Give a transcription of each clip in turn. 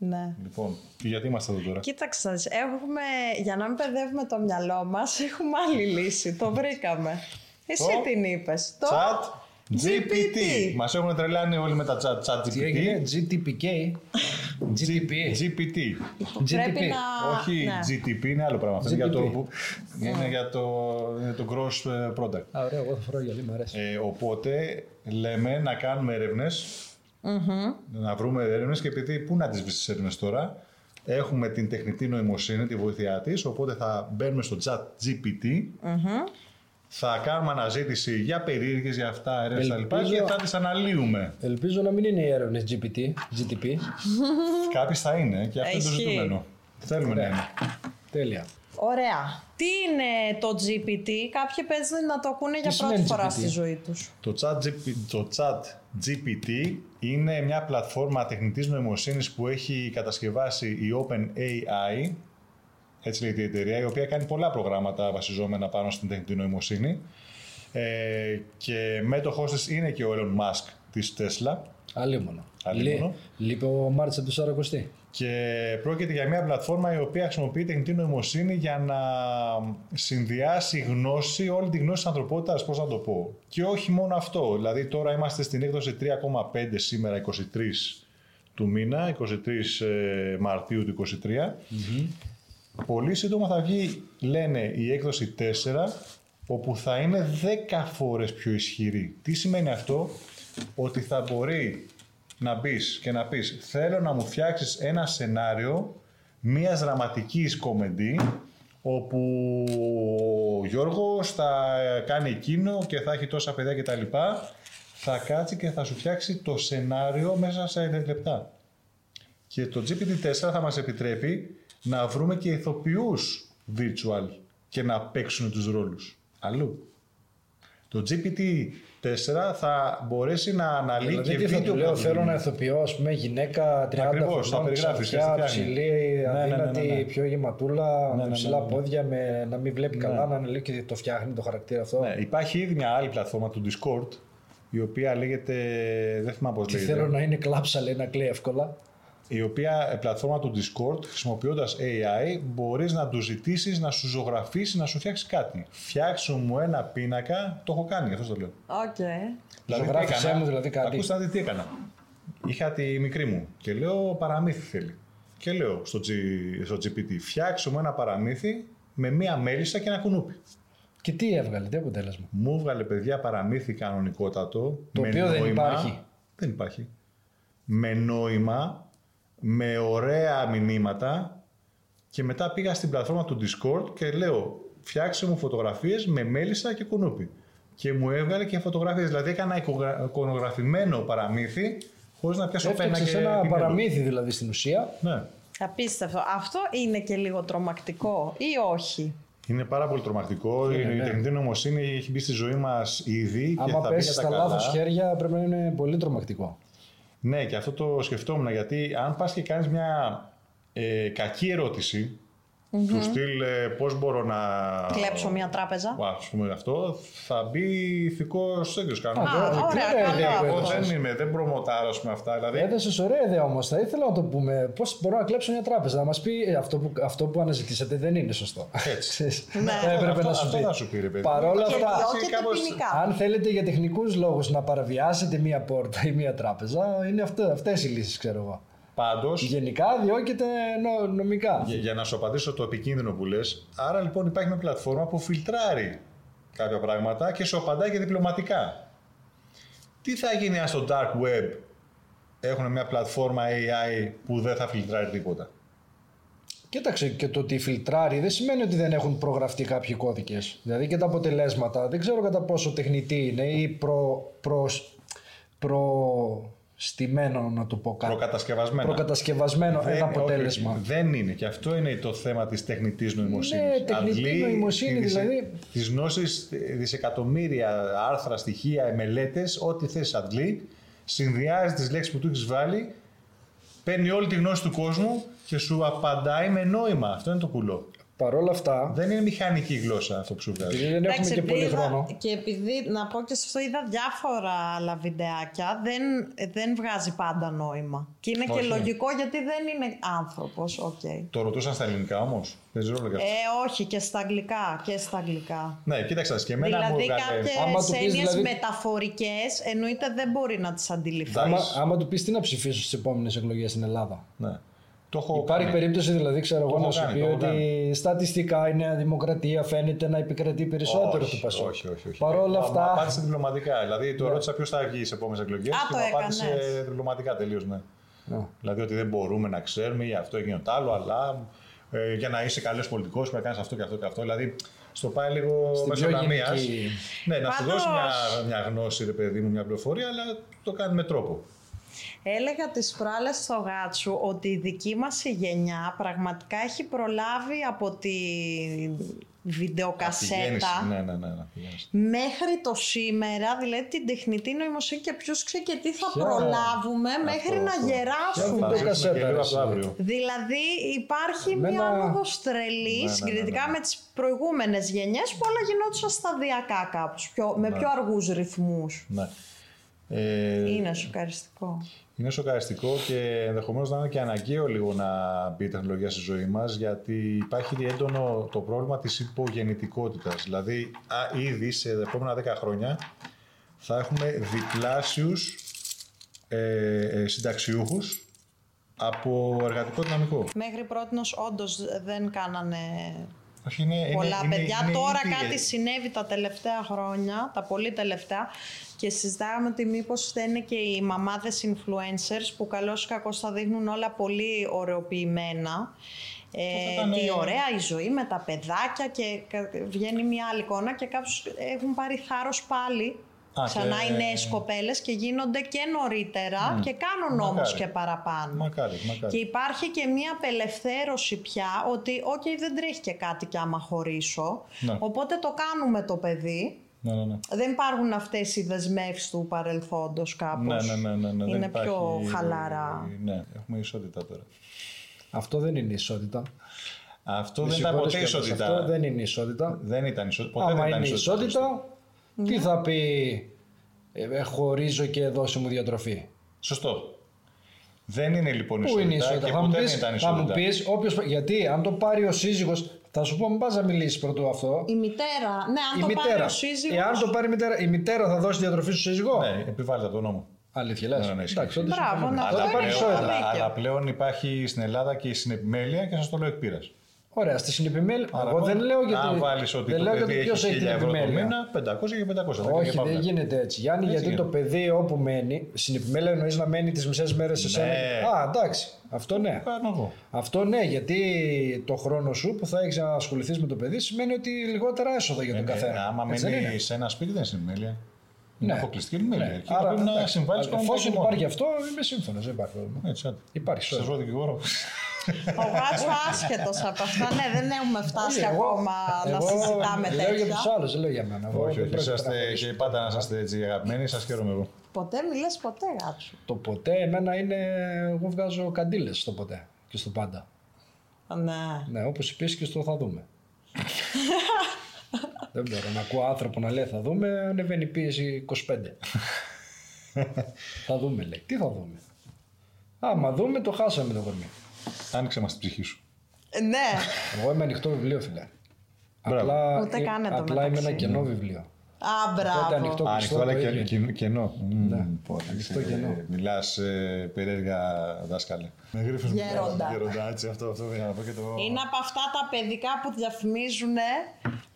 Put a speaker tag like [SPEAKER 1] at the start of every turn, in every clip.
[SPEAKER 1] Ναι.
[SPEAKER 2] Λοιπόν, και γιατί είμαστε εδώ τώρα.
[SPEAKER 1] Κοίταξε, έχουμε, για να μην παιδεύουμε το μυαλό μας, έχουμε άλλη λύση. Το βρήκαμε. Εσύ
[SPEAKER 2] Το-
[SPEAKER 1] την είπες. Το
[SPEAKER 2] Chat
[SPEAKER 1] GPT.
[SPEAKER 2] GPT. Μας έχουν τρελάνει όλοι με τα chat, chat
[SPEAKER 3] Τι
[SPEAKER 2] GPT.
[SPEAKER 3] έγινε, GTPK. GTP.
[SPEAKER 2] GPT.
[SPEAKER 1] Πρέπει
[SPEAKER 3] GTP.
[SPEAKER 1] να.
[SPEAKER 2] Όχι
[SPEAKER 1] ναι.
[SPEAKER 2] GTP, είναι άλλο πράγμα. Αυτό είναι για το,
[SPEAKER 3] GTP.
[SPEAKER 2] που- είναι για το, είναι το gross ε, product.
[SPEAKER 3] Α, ωραία, εγώ θα φοράω γυαλί, μου αρέσει.
[SPEAKER 2] Ε, οπότε λέμε να κάνουμε έρευνες, να βρούμε έρευνες και επειδή πού να τις βρεις τις έρευνες τώρα, έχουμε την τεχνητή νοημοσύνη, τη βοήθειά της, οπότε θα μπαίνουμε στο chat GPT, θα κάνουμε αναζήτηση για περίεργες, για αυτά έρευνες τα λοιπά
[SPEAKER 3] Ελπίζω-
[SPEAKER 2] και θα τις αναλύουμε.
[SPEAKER 3] Ελπίζω να μην είναι οι έρευνες GPT, GTP.
[SPEAKER 2] Κάποιες θα είναι και αυτό είναι το
[SPEAKER 1] Ισχύει.
[SPEAKER 2] ζητούμενο. Θέλουμε να είναι.
[SPEAKER 3] Τέλεια.
[SPEAKER 1] Ωραία. Τι είναι το GPT, Κάποιοι παίζουν να το ακούνε για πρώτη
[SPEAKER 3] σημαίνει
[SPEAKER 1] φορά
[SPEAKER 3] GPT?
[SPEAKER 1] στη ζωή τους.
[SPEAKER 2] Το chat, GP το chat GPT είναι μια πλατφόρμα τεχνητής νοημοσύνης που έχει κατασκευάσει η OpenAI, έτσι λέγεται η εταιρεία, η οποία κάνει πολλά προγράμματα βασιζόμενα πάνω στην τεχνητή νοημοσύνη. Ε, και μέτοχός της είναι και ο Elon Musk της Tesla.
[SPEAKER 3] Αλίμονο.
[SPEAKER 2] Αλίμονο.
[SPEAKER 3] Λ- Λείπει ο Μάρτς από το 40
[SPEAKER 2] Και πρόκειται για μια πλατφόρμα η οποία χρησιμοποιεί τεχνητή νοημοσύνη για να συνδυάσει γνώση, όλη τη γνώση της ανθρωπότητας, πώς να το πω. Και όχι μόνο αυτό, δηλαδή τώρα είμαστε στην έκδοση 3,5 σήμερα, 23 του μήνα, 23 ε, Μαρτίου του 23. Πολύ σύντομα θα βγει, λένε, η έκδοση 4, όπου θα είναι 10 φορές πιο ισχυρή. Τι σημαίνει αυτό? Ότι θα μπορεί να μπεις και να πεις θέλω να μου φτιάξεις ένα σενάριο μιας δραματικής κομμεντή όπου ο Γιώργος θα κάνει εκείνο και θα έχει τόσα παιδιά και τα λοιπά θα κάτσει και θα σου φτιάξει το σενάριο μέσα σε 5 λεπτά. Και το GPT-4 θα μας επιτρέπει να βρούμε και ηθοποιούς virtual και να παίξουν τους ρόλους. Αλλού. Το GPT-4 θα μπορέσει να αναλύει
[SPEAKER 3] Δηλαδή
[SPEAKER 2] και
[SPEAKER 3] τι θα
[SPEAKER 2] βίντεο
[SPEAKER 3] του λέω,
[SPEAKER 2] που θα
[SPEAKER 3] θέλω
[SPEAKER 2] βγουν.
[SPEAKER 3] να ηθοποιώ, ας πούμε, γυναίκα 30
[SPEAKER 2] Ακριβώς, θα
[SPEAKER 3] χρονών,
[SPEAKER 2] περιγράφεις,
[SPEAKER 3] ξαφιά,
[SPEAKER 2] έτσι φτιάχνεις.
[SPEAKER 3] ψηλή,
[SPEAKER 2] Ναι, ναι, ναι, ναι,
[SPEAKER 3] αδύνατη,
[SPEAKER 2] ναι.
[SPEAKER 3] πιο γεματούλα,
[SPEAKER 2] ναι,
[SPEAKER 3] με
[SPEAKER 2] ναι,
[SPEAKER 3] ψηλά
[SPEAKER 2] ναι, ναι.
[SPEAKER 3] πόδια, με, να μην βλέπει καλά, να είναι λίγο και το φτιάχνει το χαρακτήρα αυτό.
[SPEAKER 2] Ναι, υπάρχει ήδη μια άλλη πλατφόρμα του Discord, η οποία λέγεται. Δεν θυμάμαι πώς
[SPEAKER 3] Τι
[SPEAKER 2] λέγεται.
[SPEAKER 3] θέλω να είναι κλάψα, λέει, να κλαίει εύκολα.
[SPEAKER 2] Η οποία ε, πλατφόρμα του Discord, χρησιμοποιώντας AI, μπορείς να του ζητήσεις να σου ζωγραφίσει, να σου φτιάξει κάτι. Φτιάξου μου ένα πίνακα, το έχω κάνει, γι' αυτό το λέω.
[SPEAKER 1] Οκ.
[SPEAKER 3] Ζωγράφησέ μου δηλαδή κάτι.
[SPEAKER 2] Ακούστε να δείτε τι έκανα. Είχα τη μικρή μου και λέω παραμύθι θέλει. Και λέω στο, G, στο GPT, φτιάξου μου ένα παραμύθι με μία μέλισσα και ένα κουνούπι.
[SPEAKER 3] Και τι έβγαλε, τι αποτέλεσμα.
[SPEAKER 2] Μου έβγαλε παιδιά παραμύθι κανονικότατο.
[SPEAKER 3] Το οποίο δεν υπάρχει.
[SPEAKER 2] Δεν υπάρχει. Με νόημα, με ωραία μηνύματα και μετά πήγα στην πλατφόρμα του Discord και λέω φτιάξε μου φωτογραφίες με μέλισσα και κουνούπι. Και μου έβγαλε και φωτογραφίες, δηλαδή έκανα εικογρα- εικονογραφημένο παραμύθι χωρίς να πιάσω πένα και
[SPEAKER 3] Έφτιαξε ένα
[SPEAKER 2] πινέλο.
[SPEAKER 3] παραμύθι δηλαδή στην ουσία.
[SPEAKER 2] Ναι.
[SPEAKER 1] Απίστευτο. Αυτό είναι και λίγο τρομακτικό ή όχι.
[SPEAKER 2] Είναι πάρα πολύ τρομακτικό. η
[SPEAKER 3] ναι.
[SPEAKER 2] τεχνητή νοημοσύνη έχει μπει στη ζωή μας ήδη και
[SPEAKER 3] Άμα
[SPEAKER 2] θα μπει για
[SPEAKER 3] πέσει
[SPEAKER 2] τα
[SPEAKER 3] στα
[SPEAKER 2] καλά.
[SPEAKER 3] λάθος χέρια πρέπει να είναι πολύ τρομακτικό.
[SPEAKER 2] Ναι, και αυτό το σκεφτόμουν γιατί αν πας και κάνεις μια ε, κακή ερώτηση, του στυλ ε, πώς μπορώ να...
[SPEAKER 1] Κλέψω μια τράπεζα.
[SPEAKER 2] Ας πούμε αυτό, θα μπει ηθικός έγκριος κανόνα.
[SPEAKER 1] Α,
[SPEAKER 3] δεν-
[SPEAKER 1] ωραία,
[SPEAKER 3] δεν Ε, είναι
[SPEAKER 1] καλό
[SPEAKER 3] ιδέα που
[SPEAKER 1] αυτό.
[SPEAKER 2] Εγώ
[SPEAKER 3] έδωσες.
[SPEAKER 2] δεν είμαι, δεν προμοτάρω ας πούμε, αυτά. Δηλαδή,
[SPEAKER 3] Έδωσε ωραία ιδέα όμως. Θα ήθελα να το πούμε. Πώς μπορώ να κλέψω μια τράπεζα. Να μας πει «Ε, αυτό που, αυτό που αναζητήσατε δεν είναι σωστό.
[SPEAKER 2] Έτσι.
[SPEAKER 3] Ξέρεις,
[SPEAKER 1] Ναι.
[SPEAKER 3] θα έπρεπε
[SPEAKER 2] Αυτό-
[SPEAKER 3] να
[SPEAKER 2] αυτό
[SPEAKER 3] σου πει.
[SPEAKER 2] θα σου πει, ρε παιδί.
[SPEAKER 3] Παρόλα
[SPEAKER 1] Και
[SPEAKER 3] αυτά,
[SPEAKER 1] διώκεται
[SPEAKER 2] κάπως-
[SPEAKER 1] ποινικά.
[SPEAKER 3] αν θέλετε για τεχνικούς λόγους να παραβιάσετε μια πόρτα ή μια τράπεζα, είναι αυτές οι λύσεις, ξέρω εγώ.
[SPEAKER 2] πάντως, για...
[SPEAKER 3] Γενικά διώκεται νο- νομικά.
[SPEAKER 2] για να σου απαντήσω το επικίνδυνο που λες, άρα λοιπόν υπάρχει μια πλατφόρμα που φιλτράρει κάποια πράγματα και σου απαντάει και διπλωματικά. Τι θα γίνει αν στο dark web έχουν μια πλατφόρμα AI που δεν θα φιλτράρει τίποτα.
[SPEAKER 3] Κοίταξε και το ότι φιλτράρει δεν σημαίνει ότι δεν έχουν προγραφτεί κάποιοι κώδικες. Δηλαδή και τα αποτελέσματα δεν ξέρω κατά πόσο τεχνητή είναι ή προ. προς, προ στημένο, να το πω κάτι.
[SPEAKER 2] Προκατασκευασμένα.
[SPEAKER 3] Προκατασκευασμένο
[SPEAKER 2] Δεν-
[SPEAKER 3] ένα
[SPEAKER 2] όχι,
[SPEAKER 3] αποτέλεσμα.
[SPEAKER 2] όχι, δεν είναι. Και αυτό είναι το θέμα της τεχνητής νοημοσύνης.
[SPEAKER 3] Ναι, τεχνητή νοημοσύνη, δηλαδή.
[SPEAKER 2] Τι γνώσει, δισεκατομμύρια άρθρα, στοιχεία, μελέτες, ό,τι θες αντλεί, συνδυάζει τις λέξεις που του έχεις βάλει, παίρνει όλη τη γνώση του κόσμου και σου απαντάει με νόημα. Αυτό είναι το κουλό.
[SPEAKER 3] Παρ' όλα αυτά,
[SPEAKER 2] Δεν είναι μηχανική γλώσσα αυτό που σου βγάζει.
[SPEAKER 3] επειδή δεν έχουμε
[SPEAKER 1] Εντάξει,
[SPEAKER 3] και πολύ
[SPEAKER 1] επειδή είδα-
[SPEAKER 3] χρόνο.
[SPEAKER 1] Και επειδή, να πω και σε αυτό, είδα διάφορα άλλα βιντεάκια, δεν, δεν βγάζει πάντα νόημα. Και είναι και
[SPEAKER 3] ναι.
[SPEAKER 2] Όχι.
[SPEAKER 1] λογικό γιατί δεν είναι άνθρωπος, οκ.
[SPEAKER 2] Το ρωτούσαν στα ελληνικά όμως. Παίζει ρόλο και αυτό.
[SPEAKER 1] Ε, όχι, και στα αγγλικά, και στα αγγλικά.
[SPEAKER 2] Ναι, κοίταξε, και εμένα μου
[SPEAKER 1] δηλαδή
[SPEAKER 2] έβγαλε-
[SPEAKER 3] άμα
[SPEAKER 1] κάποιες
[SPEAKER 3] του πεις,
[SPEAKER 1] έννοιες
[SPEAKER 3] δηλαδή-
[SPEAKER 1] μεταφορικές εννοείται δεν μπορεί να τις αντιληφθείς.
[SPEAKER 3] Άμα,
[SPEAKER 2] Εντάξει.
[SPEAKER 3] άμα του πεις τι να ψηφίσω στις επόμενες εκλογές στην Ελλάδα.
[SPEAKER 2] Ναι. Το έχω
[SPEAKER 3] Υπάρχει
[SPEAKER 2] κάνει.
[SPEAKER 3] περίπτωση δηλαδή, ξέρω εγώ,
[SPEAKER 2] έχω
[SPEAKER 3] να σου
[SPEAKER 2] κάνει,
[SPEAKER 3] πει
[SPEAKER 2] το έχω
[SPEAKER 3] ότι στατιστικά η Νέα Δημοκρατία φαίνεται να επικρατεί περισσότερο
[SPEAKER 2] όχι,
[SPEAKER 3] του Πασόκ.
[SPEAKER 2] Όχι, όχι, όχι.
[SPEAKER 3] Παρ' όλα
[SPEAKER 2] Μα-
[SPEAKER 3] αυτά. Ναι.
[SPEAKER 2] Μα απάντησε διπλωματικά. Δηλαδή το ρώτησα ποιος θα βγει στι επόμενες εκλογές.
[SPEAKER 1] Α,
[SPEAKER 2] Και
[SPEAKER 1] το
[SPEAKER 2] μου
[SPEAKER 1] έκανες.
[SPEAKER 2] απάντησε διπλωματικά τελείως, ναι.
[SPEAKER 3] Ναι.
[SPEAKER 2] Δηλαδή ότι δεν μπορούμε να ξέρουμε ή αυτό έγινε το άλλο, αλλά ε, για να είσαι καλός πολιτικός πρέπει να κάνεις αυτό και αυτό και αυτό. Δηλαδή στο πάει λίγο
[SPEAKER 3] Στην πιο
[SPEAKER 2] μεσογραμμία.
[SPEAKER 3] γενική-
[SPEAKER 2] Ναι, να σου
[SPEAKER 1] Πάντως-
[SPEAKER 2] δώσει μια, μια γνώση, ρε παιδί μου, μια πληροφορία, αλλά το κάνει με τρόπο.
[SPEAKER 1] Έλεγα τις προάλλες στο γάτσου ότι η δική μας η γενιά πραγματικά έχει προλάβει από τη
[SPEAKER 2] Τη γέννηση.
[SPEAKER 1] βιντεοκασέτα
[SPEAKER 2] Ναι, ναι, ναι. ναι, τη γέννηση.
[SPEAKER 1] μέχρι το σήμερα, δηλαδή την τεχνητή νοημοσύνη και ποιος ξέρει και τι θα
[SPEAKER 3] Ποια-
[SPEAKER 1] προλάβουμε Ε, μέχρι να
[SPEAKER 2] αυτό.
[SPEAKER 3] Ποια
[SPEAKER 2] Θα
[SPEAKER 1] γεράσουμε.
[SPEAKER 3] βάζω.
[SPEAKER 2] ζήσουμε
[SPEAKER 3] κασέτα,
[SPEAKER 2] και λίγο
[SPEAKER 3] ρε,
[SPEAKER 2] από το
[SPEAKER 3] εσύ.
[SPEAKER 2] αύριο.
[SPEAKER 1] Δηλαδή υπάρχει
[SPEAKER 3] Εμένα-
[SPEAKER 1] μια άνοδος τρελής
[SPEAKER 2] Ναι, ναι,
[SPEAKER 1] συγκριτικά
[SPEAKER 2] ναι, ναι.
[SPEAKER 1] με τις προηγούμενες γενιές που όλα γινόντουσαν σταδιακά κάπως, πιο, με πιο αργούς ρυθμούς.
[SPEAKER 2] Ναι. Ε,
[SPEAKER 1] Είναι σοκαριστικό.
[SPEAKER 2] Είναι σοκαριστικό και ενδεχομένως να είναι και αναγκαίο λίγο να μπει η τεχνολογία στη ζωή μας, γιατί υπάρχει έντονο το πρόβλημα της υπογεννητικότητας. Δηλαδή, α, ήδη σε τα επόμενα 10 χρόνια θα έχουμε διπλάσιους ε, ε, συνταξιούχους από εργατικό δυναμικό.
[SPEAKER 1] Μέχρι πρώτη όντως δεν κάνανε
[SPEAKER 2] Όχι, είναι, είναι-
[SPEAKER 1] πολλά
[SPEAKER 2] είναι-
[SPEAKER 1] παιδιά.
[SPEAKER 2] είναι
[SPEAKER 1] Τώρα
[SPEAKER 2] ήδη-
[SPEAKER 1] κάτι συνέβη τα τελευταία χρόνια, τα πολύ τελευταία, και συζητάγαμε ότι μήπως δεν είναι και οι μαμάδες influencers που καλώς ή κακώς τα δείχνουν όλα πολύ ωραιοποιημένα.
[SPEAKER 2] Αυτό
[SPEAKER 1] Ε,
[SPEAKER 2] ήταν,
[SPEAKER 1] τι
[SPEAKER 2] ε,
[SPEAKER 1] ωραία η ζωή με τα παιδάκια και κα- βγαίνει μια άλλη εικόνα και κάποιους έχουν πάρει θάρρος πάλι
[SPEAKER 2] Α,
[SPEAKER 1] ξανά
[SPEAKER 2] και- Ναι.
[SPEAKER 1] οι νέες κοπέλες και γίνονται και νωρίτερα και κάνουν
[SPEAKER 2] Μακάρι.
[SPEAKER 1] όμως και παραπάνω.
[SPEAKER 2] Μακάρι, μακάρι.
[SPEAKER 1] Και υπάρχει και μία απελευθέρωση πια ότι «ΟΚ, δεν τρέχει και κάτι κι άμα χωρίσω,
[SPEAKER 2] Ναι.
[SPEAKER 1] οπότε το κάνουμε το παιδί».
[SPEAKER 2] Ναι, ναι, ναι.
[SPEAKER 1] Δεν υπάρχουν αυτές οι δεσμεύσεις του παρελθόντος κάπως.
[SPEAKER 2] Ναι, ναι, ναι, ναι, ναι, δεν
[SPEAKER 1] Είναι
[SPEAKER 2] υπάρχει-
[SPEAKER 1] πιο χαλαρά.
[SPEAKER 2] Ναι, έχουμε ισότητα τώρα.
[SPEAKER 3] Αυτό δεν είναι ισότητα.
[SPEAKER 2] Αυτό
[SPEAKER 3] Με
[SPEAKER 2] δεν ήταν
[SPEAKER 3] συγχωρείς
[SPEAKER 2] ποτέ
[SPEAKER 3] κιόλας,
[SPEAKER 2] ισότητα.
[SPEAKER 3] Αυτό δεν είναι ισότητα.
[SPEAKER 2] Δεν ήταν ισότητα. Ποτέ
[SPEAKER 3] Άμα
[SPEAKER 2] δεν ήταν
[SPEAKER 3] είναι
[SPEAKER 2] ισότητα.
[SPEAKER 3] ισότητα,
[SPEAKER 1] Ναι.
[SPEAKER 3] τι θα πει ε, ε, χωρίζω και δώσε μου διατροφή.
[SPEAKER 2] Σωστό. Δεν είναι λοιπόν
[SPEAKER 3] Πού
[SPEAKER 2] ισότητα.
[SPEAKER 3] είναι η ισότητα.
[SPEAKER 2] Και
[SPEAKER 3] Θα μου
[SPEAKER 2] ποτέ
[SPEAKER 3] πεις,
[SPEAKER 2] δεν ήταν
[SPEAKER 3] θα
[SPEAKER 2] ισότητα.
[SPEAKER 3] μου πεις όποιος, γιατί αν το πάρει ο σύζυγος, θα σου πω μην πας να μιλήσεις πρωτού αυτό.
[SPEAKER 1] Η μητέρα, ναι, αν το
[SPEAKER 3] η
[SPEAKER 1] πάρει
[SPEAKER 3] μητέρα.
[SPEAKER 1] ο σύζυγος,
[SPEAKER 3] Εάν το πάρει η μητέρα, η μητέρα θα δώσει διατροφή στο σύζυγο.
[SPEAKER 2] Ναι, επιβάλλεται από τον νόμο.
[SPEAKER 3] Αλήθεια λες.
[SPEAKER 2] Ναι, ναι, ισχύει.
[SPEAKER 3] τότε
[SPEAKER 1] Μπράβο,
[SPEAKER 3] συμφωνούμε.
[SPEAKER 1] ναι,
[SPEAKER 3] Τότε
[SPEAKER 1] αυτό
[SPEAKER 2] Αλλά
[SPEAKER 3] παίρνεις
[SPEAKER 1] είναι
[SPEAKER 2] πλέον,
[SPEAKER 1] ισότητα.
[SPEAKER 3] όλα.
[SPEAKER 2] αλλά,
[SPEAKER 1] Δίκαιο.
[SPEAKER 2] αλλά πλέον υπάρχει στην Ελλάδα και η συνεπιμέλεια και σας το λέω εκπείρας.
[SPEAKER 3] Ωραία, στη συνεπιμέλεια. Εγώ δεν λέω γιατί.
[SPEAKER 2] Αν βάλει ότι
[SPEAKER 3] δεν
[SPEAKER 2] το
[SPEAKER 3] λέω
[SPEAKER 2] παιδί
[SPEAKER 3] γιατί
[SPEAKER 2] έχει
[SPEAKER 3] ποιος
[SPEAKER 2] 1000
[SPEAKER 3] έχει την
[SPEAKER 2] ευρώ το
[SPEAKER 3] επιμέλεια.
[SPEAKER 2] μήνα, 500 και 500. θα κάνει και
[SPEAKER 3] Όχι,
[SPEAKER 2] παύλα.
[SPEAKER 3] δεν γίνεται έτσι. Γιάννη,
[SPEAKER 2] Έτσι
[SPEAKER 3] γιατί το
[SPEAKER 2] γίνεται.
[SPEAKER 3] παιδί όπου μένει, στην επιμέλεια εννοείς να μένει τις μισές μέρες σε σένα.
[SPEAKER 2] Ναι.
[SPEAKER 3] Α, εντάξει. Αυτό ναι.
[SPEAKER 2] Κάνω εγώ.
[SPEAKER 3] Αυτό ναι, γιατί το χρόνο σου που θα έχεις να ασχοληθείς με το παιδί σημαίνει ότι λιγότερα έσοδα για τον
[SPEAKER 2] Ε,
[SPEAKER 3] καθένα.
[SPEAKER 2] ναι, άμα
[SPEAKER 3] Έτσι δεν είναι.
[SPEAKER 2] μένει σε ένα σπίτι δεν είναι συνεπιμέλεια. Είναι
[SPEAKER 3] Ναι.
[SPEAKER 2] αποκλειστική επιμέλεια. Εκεί
[SPEAKER 3] Άρα,
[SPEAKER 2] πρέπει να
[SPEAKER 3] εντάξει,
[SPEAKER 2] συμβάλλεις
[SPEAKER 3] αλλά εφόσον υπάρχει αυτό, είμαι σύμφωνος. Δεν υπάρχει πρόβλημα. Υπάρχει
[SPEAKER 2] Σας
[SPEAKER 3] σωστά.
[SPEAKER 2] βρω δικηγόρο.
[SPEAKER 1] ο Γάτσο άσχετος από αυτά. Ναι, δεν έχουμε φτάσει ακόμα να συζητάμε
[SPEAKER 3] Λέω για
[SPEAKER 1] τέτοια.
[SPEAKER 3] τους άλλους, δεν λέω για μένα. Εγώ
[SPEAKER 2] Όχι,
[SPEAKER 3] δεν
[SPEAKER 2] όχι.
[SPEAKER 3] πρόκειται να
[SPEAKER 2] Είσαστε
[SPEAKER 3] χωρίσω.
[SPEAKER 2] και πάντα να είστε έτσι αγαπημένοι. Σας χαίρομαι εγώ.
[SPEAKER 1] Ποτέ μιλές ποτέ, Γάτσο.
[SPEAKER 3] Το ποτέ, εμένα είναι. Εγώ βγάζω καντήλες στο ποτέ και στο πάντα.
[SPEAKER 1] Ναι.
[SPEAKER 3] Ναι, όπως είπε και στο θα δούμε. Δεν μπορώ να ακούω άνθρωπο να λέει θα δούμε, ανεβαίνει η πίεση 25. θα δούμε λέει. Τι θα δούμε. Άμα δούμε το χάσαμε το κορμί.
[SPEAKER 2] Άνοιξε μας την ψυχή σου.
[SPEAKER 1] Ναι.
[SPEAKER 3] Εγώ είμαι ανοιχτό βιβλίο φίλε.
[SPEAKER 2] Μπράβο.
[SPEAKER 3] Απλά,
[SPEAKER 1] Ούτε
[SPEAKER 3] ε,
[SPEAKER 1] καν εδώ
[SPEAKER 3] απλά είμαι ένα
[SPEAKER 1] μεταξύ.
[SPEAKER 3] κενό βιβλίο.
[SPEAKER 1] Α,
[SPEAKER 3] Οπότε
[SPEAKER 1] μπράβο.
[SPEAKER 3] ανοιχτό
[SPEAKER 2] Ανοιχτό
[SPEAKER 3] κλειστό
[SPEAKER 2] αλλά
[SPEAKER 3] το
[SPEAKER 2] και
[SPEAKER 3] ίδιο.
[SPEAKER 2] κενό. κενό.
[SPEAKER 3] Ναι.
[SPEAKER 2] Μμμ, πω, εντάξει,
[SPEAKER 3] Ανοιχτό κενό.
[SPEAKER 2] ε, Μιλάς ε, περίεργα δάσκαλε. Με γρίφους μου
[SPEAKER 1] Γέροντα.
[SPEAKER 2] βγάζουν, Γέροντα, έτσι αυτό, αυτό για να πω και το...
[SPEAKER 1] Είναι από αυτά τα παιδικά που διαφημίζουν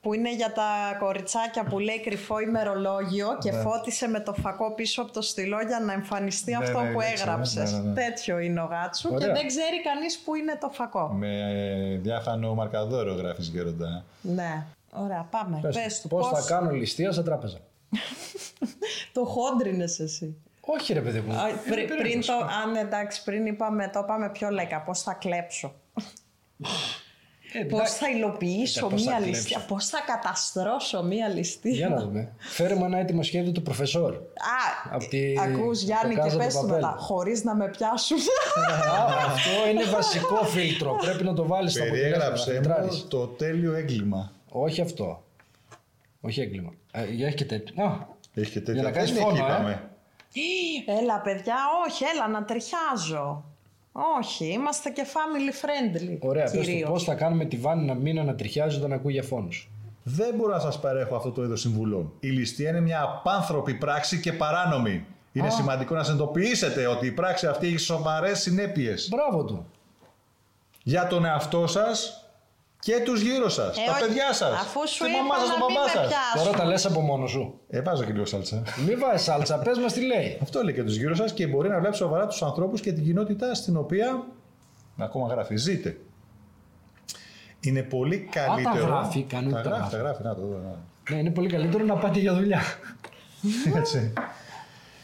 [SPEAKER 1] που είναι για τα κοριτσάκια που λέει κρυφό ημερολόγιο και φώτισε με το φακό πίσω από το στυλό για να εμφανιστεί
[SPEAKER 2] Ναι,
[SPEAKER 1] αυτό
[SPEAKER 2] ναι,
[SPEAKER 1] που
[SPEAKER 2] ναι, ξέρω,
[SPEAKER 1] έγραψες.
[SPEAKER 2] ναι, ναι, ναι.
[SPEAKER 1] Τέτοιο είναι ο γάτσου και
[SPEAKER 3] Ωραία.
[SPEAKER 1] δεν ξέρει κανείς που είναι το φακό.
[SPEAKER 2] Με ε, διάφανο μαρκαδόρο γράφεις γέροντα.
[SPEAKER 1] Ναι. Ωραία, πάμε. Πες,
[SPEAKER 3] Πες,
[SPEAKER 1] του
[SPEAKER 3] πώς
[SPEAKER 1] πώς,
[SPEAKER 3] θα κάνω ληστεία σε τράπεζα.
[SPEAKER 1] το χόντρινες εσύ.
[SPEAKER 3] Όχι ρε παιδί μου.
[SPEAKER 1] Α,
[SPEAKER 3] Είναι
[SPEAKER 1] πρι- πριν
[SPEAKER 3] περίεργος.
[SPEAKER 1] το, αν εντάξει, πριν είπαμε, το είπαμε πιο λέκα, πώς θα κλέψω.
[SPEAKER 3] Ε,
[SPEAKER 1] Πώς θα υλοποιήσω
[SPEAKER 3] πώς θα
[SPEAKER 1] μία
[SPEAKER 3] κλέψω.
[SPEAKER 1] ληστεία, πώς θα καταστρώσω μία ληστεία.
[SPEAKER 3] Για να δούμε. Φέρε μου ένα έτοιμο σχέδιο του προφεσόρ.
[SPEAKER 1] Α, ε,
[SPEAKER 3] Απ' τη-
[SPEAKER 1] ακούς
[SPEAKER 3] το
[SPEAKER 1] Γιάννη και
[SPEAKER 3] Casa de
[SPEAKER 1] πες του
[SPEAKER 3] Papel.
[SPEAKER 1] μετά, χωρίς να με πιάσουν.
[SPEAKER 3] Α, Αυτό είναι βασικό φίλτρο. Πρέπει να το βάλεις στα αποτελέσματα. να
[SPEAKER 2] Περιέγραψε
[SPEAKER 3] φιλτράρεις.
[SPEAKER 2] μου το τέλειο έγκλημα.
[SPEAKER 3] Όχι αυτό. Όχι έγκλημα. Ε, Για έχει και τέτοιο. Α,
[SPEAKER 2] Έχει και
[SPEAKER 3] Για
[SPEAKER 2] τέτοια.
[SPEAKER 3] να κάνεις
[SPEAKER 2] Δεν είναι εκεί,
[SPEAKER 3] φόνο, ε.
[SPEAKER 2] είπαμε.
[SPEAKER 1] έλα παιδιά, όχι, έλα να τριχιάζω. Όχι, είμαστε και family friendly
[SPEAKER 3] ωραία. Πες του
[SPEAKER 1] κυρίως.
[SPEAKER 3] πώς θα κάνουμε τη Βάνη να μην ανατριχιάζει όταν ακούει για φόνους.
[SPEAKER 2] Δεν μπορώ να σας παρέχω αυτό το είδος συμβουλών. Η ληστεία είναι μια απάνθρωπη πράξη και παράνομη. Είναι σημαντικό να συνειδητοποιήσετε ότι η πράξη αυτή έχει σοβαρές συνέπειες
[SPEAKER 3] Μπράβο του.
[SPEAKER 2] για τον εαυτό σας και τους γύρω σας, τα
[SPEAKER 1] Ε, όχι.
[SPEAKER 2] παιδιά σας.
[SPEAKER 1] Αφού σου
[SPEAKER 2] τη
[SPEAKER 1] είπα
[SPEAKER 2] μαμά σας,
[SPEAKER 1] να
[SPEAKER 2] τον
[SPEAKER 1] μην
[SPEAKER 2] μπαμπά
[SPEAKER 1] με
[SPEAKER 2] σας.
[SPEAKER 1] πιάσουν.
[SPEAKER 3] Τώρα τα λες από μόνο σου.
[SPEAKER 2] Έβαζα και λίγο σάλτσα.
[SPEAKER 3] Μη βάζεις σάλτσα, πες μας τι λέει.
[SPEAKER 2] Αυτό λέει και τους γύρω σας και μπορεί να βλέπει σοβαρά τους ανθρώπους και την κοινότητα στην οποία. Ακόμα γράφει, ζείτε. Είναι πολύ καλύτερο.
[SPEAKER 3] γράφει, κανονικά
[SPEAKER 2] Τα γράφει,
[SPEAKER 3] γράφει.
[SPEAKER 2] τα γράφει, να το δω. να.
[SPEAKER 3] Ναι, είναι πολύ καλύτερο να πάτε για δουλειά.
[SPEAKER 2] Έτσι.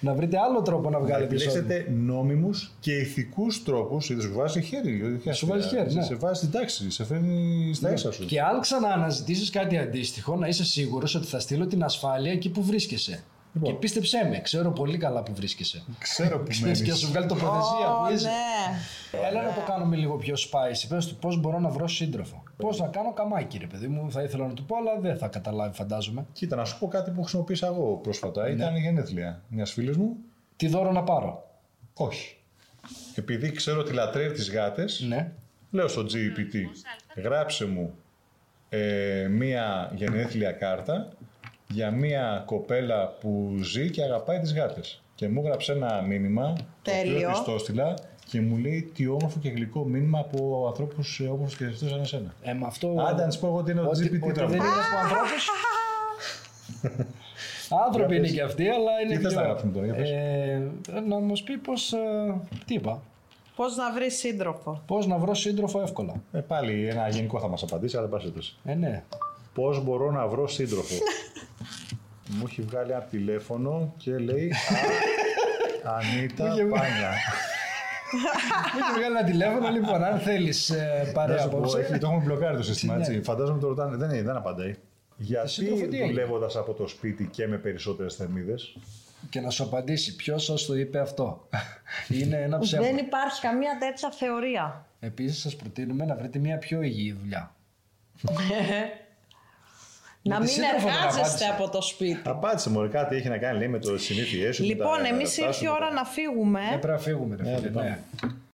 [SPEAKER 3] να βρείτε άλλο τρόπο να
[SPEAKER 2] Να
[SPEAKER 3] βγάλετε εισόδημα.
[SPEAKER 2] επιλέξετε νόμιμους και ηθικούς τρόπους. Είδες σου βάζει χέρι. δηλαδή,
[SPEAKER 3] Σου βάζει χέρι, ναι.
[SPEAKER 2] Σε βάζει την τάξη, σε φέρνει στα ίσα σου.
[SPEAKER 3] Και αν ξανααναζητήσεις κάτι αντίστοιχο, να είσαι σίγουρος ότι θα στείλω την ασφάλεια εκεί που βρίσκεσαι.
[SPEAKER 2] Λοιπόν.
[SPEAKER 3] Και πίστεψέ με, ξέρω πολύ καλά που βρίσκεσαι.
[SPEAKER 2] Ξέρω που
[SPEAKER 3] Ξέρεις
[SPEAKER 2] μένεις.
[SPEAKER 3] και να σου βγάλει τοποθεσία
[SPEAKER 1] Ω,
[SPEAKER 3] που είσαι.
[SPEAKER 1] ναι.
[SPEAKER 3] Έλα να το κάνουμε λίγο πιο spicy. Πες του πώς μπορώ να βρω σύντροφο. Πώς να κάνω καμάκι ρε παιδί μου. Θα ήθελα να του πω αλλά δεν θα καταλάβει φαντάζομαι.
[SPEAKER 2] Κοίτα, να σου πω κάτι που χρησιμοποίησα εγώ πρόσφατα.
[SPEAKER 3] Ναι.
[SPEAKER 2] Ήταν η γενέθλια μιας φίλης μου.
[SPEAKER 3] Τι δώρο να πάρω.
[SPEAKER 2] Όχι. Επειδή ξέρω ότι λατρεύει τις γάτες,
[SPEAKER 3] Ναι.
[SPEAKER 2] λέω στο GPT, γράψε μου ε, μία γενέθλια κάρτα για μία κοπέλα που ζει και αγαπάει τις γάτες. Και μου έγραψε ένα μήνυμα, το
[SPEAKER 1] Τέλειο.
[SPEAKER 2] οποίο της το έστειλα και μου λέει τι όμορφο και γλυκό μήνυμα από ανθρώπους ε, όμορφους και ζεστούς σαν εσένα.
[SPEAKER 3] Ε, με αυτό...
[SPEAKER 2] Άντε να σου πω εγώ ότι είναι ο
[SPEAKER 3] Ότι,
[SPEAKER 2] GPT
[SPEAKER 3] ότι δεν
[SPEAKER 2] τραγουδιστής.
[SPEAKER 3] είναι από ανθρώπους. Άνθρωποι είναι και αυτοί, αλλά είναι
[SPEAKER 2] Τι θες
[SPEAKER 3] πιο-
[SPEAKER 2] να γράψουμε τώρα, για πες.
[SPEAKER 3] ε, να μας πει πώς... ε, τι είπα.
[SPEAKER 1] Πώς να βρεις σύντροφο.
[SPEAKER 3] Πώς να βρω σύντροφο εύκολα.
[SPEAKER 2] Ε, πάλι ένα γενικό θα μας απαντήσει, αλλά πάση τόσο.
[SPEAKER 3] Ε, ναι.
[SPEAKER 2] Πώς μπορώ να βρω σύντροφο. μου έχει βγάλει ένα τηλέφωνο και λέει «Α, Ανίτα
[SPEAKER 3] Μου είχε βγάλει-
[SPEAKER 2] Πάνια.
[SPEAKER 3] Μου έχει βγάλει ένα τηλέφωνο, λοιπόν, αν θέλεις ε,
[SPEAKER 2] Να
[SPEAKER 3] παρέα
[SPEAKER 2] σου πω,
[SPEAKER 3] απόψε.
[SPEAKER 2] Ναι, έχει- το έχουμε μπλοκάρει το σύστημα,
[SPEAKER 3] Ναι.
[SPEAKER 2] έτσι. Φαντάζομαι το ρωτάνε. Δεν, είναι, δεν απαντάει.
[SPEAKER 3] Ε, σύντροφο
[SPEAKER 2] Γιατί
[SPEAKER 3] τι έγινε?
[SPEAKER 2] δουλεύοντας από το σπίτι και με περισσότερες θερμίδες.
[SPEAKER 3] και να σου απαντήσει ποιος σας το είπε αυτό. Είναι ένα ψέμα.
[SPEAKER 1] Δεν υπάρχει καμία τέτοια θεωρία.
[SPEAKER 3] Επίσης, σας προτείνουμε να βρείτε μια πιο υγιή δουλειά.
[SPEAKER 1] Να
[SPEAKER 3] τη
[SPEAKER 1] μην
[SPEAKER 3] σύντροφο δεν
[SPEAKER 1] εργάζεστε
[SPEAKER 3] απάντησα.
[SPEAKER 1] από το σπίτι.
[SPEAKER 2] Απάντησε μου, κάτι έχει να κάνει λέει, με το συνήθειέ σου. με
[SPEAKER 1] Λοιπόν,
[SPEAKER 2] τα-
[SPEAKER 1] εμείς
[SPEAKER 2] τα- τα-
[SPEAKER 1] ήρθε η
[SPEAKER 2] τα-
[SPEAKER 1] ώρα να
[SPEAKER 3] Ε,
[SPEAKER 1] φύγουμε.
[SPEAKER 3] πρέπει να φύγουμε, ρε φίλε.
[SPEAKER 2] λοιπόν.
[SPEAKER 3] ναι.